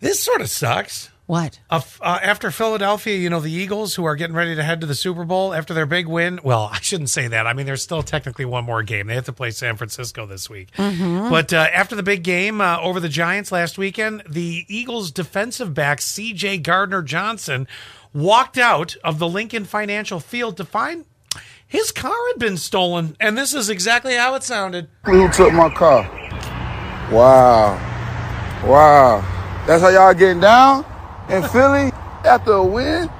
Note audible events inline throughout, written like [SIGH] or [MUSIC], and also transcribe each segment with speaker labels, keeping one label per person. Speaker 1: This sort of sucks.
Speaker 2: What?
Speaker 1: Uh, f- uh, after Philadelphia, you know, the Eagles, who are getting ready to head to the Super Bowl after their big win. Well, [LAUGHS] I shouldn't say that. I mean, there's still technically one more game. They have to play San Francisco this week. But uh, after the big game uh, over the Giants last weekend, the Eagles' defensive back, CJ Gardner Johnson, walked out of the Lincoln Financial Field to find his car had been stolen. And this is exactly how it sounded.
Speaker 3: Who took my car? Wow. Wow. That's how y'all getting down in Philly after a win?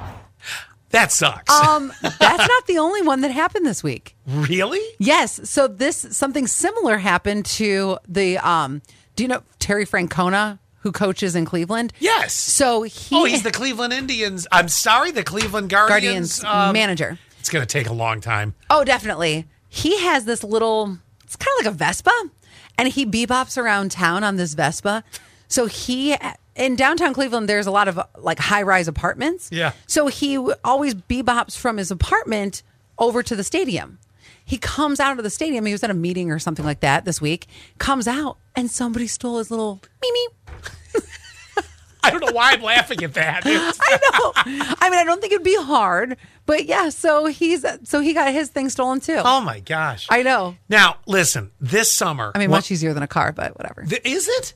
Speaker 1: That sucks.
Speaker 2: Um, that's not the only one that happened this week.
Speaker 1: [LAUGHS] really?
Speaker 2: Yes. So this something similar happened to the um. Do you know Terry Francona, who coaches in Cleveland?
Speaker 1: Yes.
Speaker 2: So he
Speaker 1: Oh, he's the Cleveland Indians. I'm sorry, the Cleveland Guardians,
Speaker 2: Guardians
Speaker 1: um,
Speaker 2: manager.
Speaker 1: It's going to take a long time.
Speaker 2: Oh, definitely. He has this little, it's kind of like a Vespa, and he bebops around town on this Vespa. So he, in downtown Cleveland, there's a lot of like high rise apartments.
Speaker 1: Yeah.
Speaker 2: So he w- always bebops from his apartment over to the stadium. He comes out of the stadium. He was at a meeting or something like that this week. Comes out, and somebody stole his little Mimi. [LAUGHS]
Speaker 1: I don't know why I'm laughing at that. It's-
Speaker 2: I mean, I don't think it'd be hard, but yeah. So he's so he got his thing stolen too.
Speaker 1: oh my gosh!
Speaker 2: I know.
Speaker 1: now listen, this summer.
Speaker 2: I mean,
Speaker 1: what-
Speaker 2: much easier than a car, but whatever.
Speaker 1: th- is it?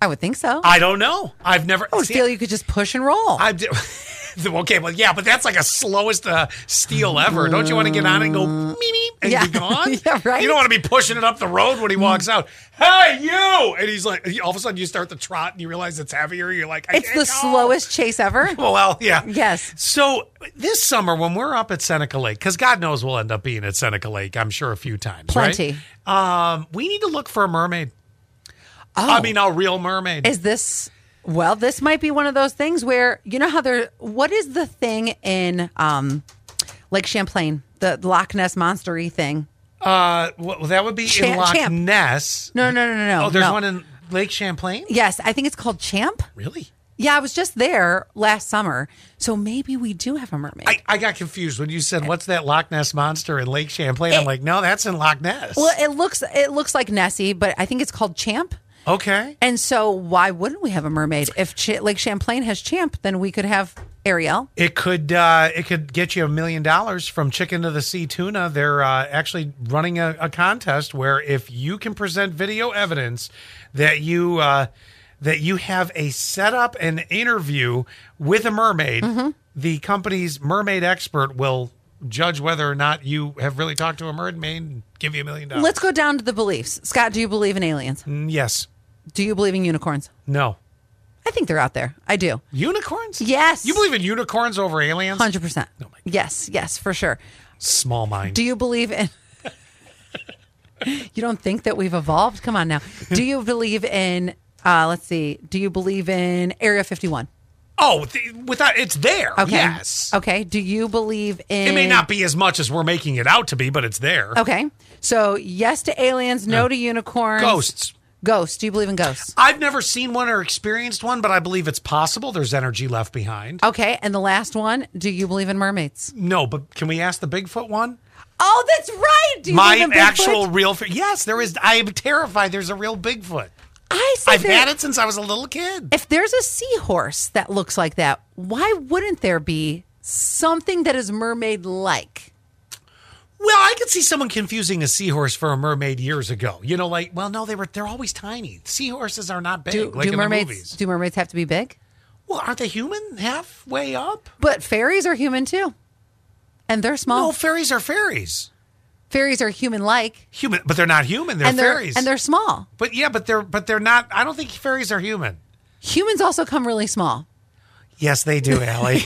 Speaker 2: I would think so.
Speaker 1: I don't know. I've never.
Speaker 2: I would feel you could just push and roll.
Speaker 1: I do. [LAUGHS] okay, well, yeah, but that's like a slowest uh, steal ever. Don't you want to get on it and go meep and
Speaker 2: Yeah. [LAUGHS]
Speaker 1: be gone?
Speaker 2: Yeah, right.
Speaker 1: You don't want to be pushing it up the road when he walks out. Hey, you! And he's like, all of a sudden you start the trot and you realize it's heavier. You're like, I
Speaker 2: it's
Speaker 1: can't
Speaker 2: the
Speaker 1: go.
Speaker 2: slowest chase ever. [LAUGHS]
Speaker 1: [LAUGHS] Well, yeah.
Speaker 2: Yes.
Speaker 1: So this summer, when we're up at Seneca Lake, because God knows we'll end up being at Seneca Lake, I'm sure a few times. right?
Speaker 2: Plenty.
Speaker 1: Um, we need to look for a mermaid. I mean, a real mermaid.
Speaker 2: Oh. Is this well? This might be one of those things where you know how there. What is the thing in um, Lake Champlain, the Loch Ness monstery thing?
Speaker 1: uh, well, that would be in
Speaker 2: Cha-
Speaker 1: Loch
Speaker 2: Champ.
Speaker 1: Ness.
Speaker 2: No, no, no, no, no.
Speaker 1: Oh, there's
Speaker 2: no.
Speaker 1: one in Lake Champlain.
Speaker 2: Yes, I think it's called Champ.
Speaker 1: Really?
Speaker 2: Yeah, I was just there last summer, so maybe we do have a mermaid.
Speaker 1: I, I got confused when you
Speaker 2: Eh.
Speaker 1: said, "What's that Loch Ness monster in Lake Champlain?" I'm like, "No, that's in Loch Ness."
Speaker 2: well, it looks it looks like Nessie, but I think it's called Champ.
Speaker 1: okay.
Speaker 2: And so, why wouldn't we have a mermaid? If Ch- Lake Champlain has Champ, then we could have Ariel.
Speaker 1: It could uh, it could get you a million dollars from Chicken to the Sea Tuna. They're uh, actually running a, a contest where if you can present video evidence that you uh, that you have a setup and interview with a mermaid,
Speaker 2: Mm-hmm.
Speaker 1: the company's mermaid expert will judge whether or not you have really talked to a mermaid and give you a million dollars.
Speaker 2: Let's go down to the beliefs. Scott, do you believe in aliens?
Speaker 1: Mm, Yes.
Speaker 2: Do you believe in unicorns?
Speaker 1: No.
Speaker 2: I think they're out there. I do.
Speaker 1: Unicorns?
Speaker 2: Yes.
Speaker 1: You believe in unicorns over aliens?
Speaker 2: 100%. Yes, yes, for sure.
Speaker 1: Small mind.
Speaker 2: Do you believe in. [LAUGHS] you don't think that we've evolved? Come on now. Do you believe in. Uh, let's see. Do you believe in Area 51?
Speaker 1: oh, th- without it's there.
Speaker 2: Okay.
Speaker 1: Yes.
Speaker 2: Okay. Do you believe in.
Speaker 1: It may not be as much as we're making it out to be, but it's there.
Speaker 2: Okay. So, yes to aliens, no to unicorns.
Speaker 1: Uh, Ghosts.
Speaker 2: Ghosts. Do you believe in ghosts?
Speaker 1: I've never seen one or experienced one, but I believe it's possible. There's energy left behind.
Speaker 2: Okay. And the last one, do you believe in mermaids?
Speaker 1: No, but can we ask the Bigfoot one?
Speaker 2: Oh, that's right. Do you
Speaker 1: My
Speaker 2: believe in Bigfoot?
Speaker 1: actual real. Fi- yes, there is. I am terrified. There's a real Bigfoot.
Speaker 2: I said
Speaker 1: I've
Speaker 2: there-
Speaker 1: had it since I was a little kid.
Speaker 2: if there's a seahorse that looks like that, why wouldn't there be something that is mermaid like?
Speaker 1: Well, I could see someone confusing a seahorse for a mermaid years ago. You know, like, well, no, they were. They're always tiny. Seahorses are not big,
Speaker 2: Do,
Speaker 1: like
Speaker 2: do
Speaker 1: in
Speaker 2: mermaids
Speaker 1: the movies.
Speaker 2: do mermaids have to be big?
Speaker 1: Well, aren't they human halfway up?
Speaker 2: But fairies are human too. And they're small.
Speaker 1: No, fairies are fairies.
Speaker 2: fairies are human like
Speaker 1: Human, but they're not human. They're
Speaker 2: and they're
Speaker 1: fairies.
Speaker 2: and they're small.
Speaker 1: But yeah, but they're but they're not. I don't think fairies are human.
Speaker 2: Humans also come really small.
Speaker 1: [LAUGHS] Yes, they do, Allie.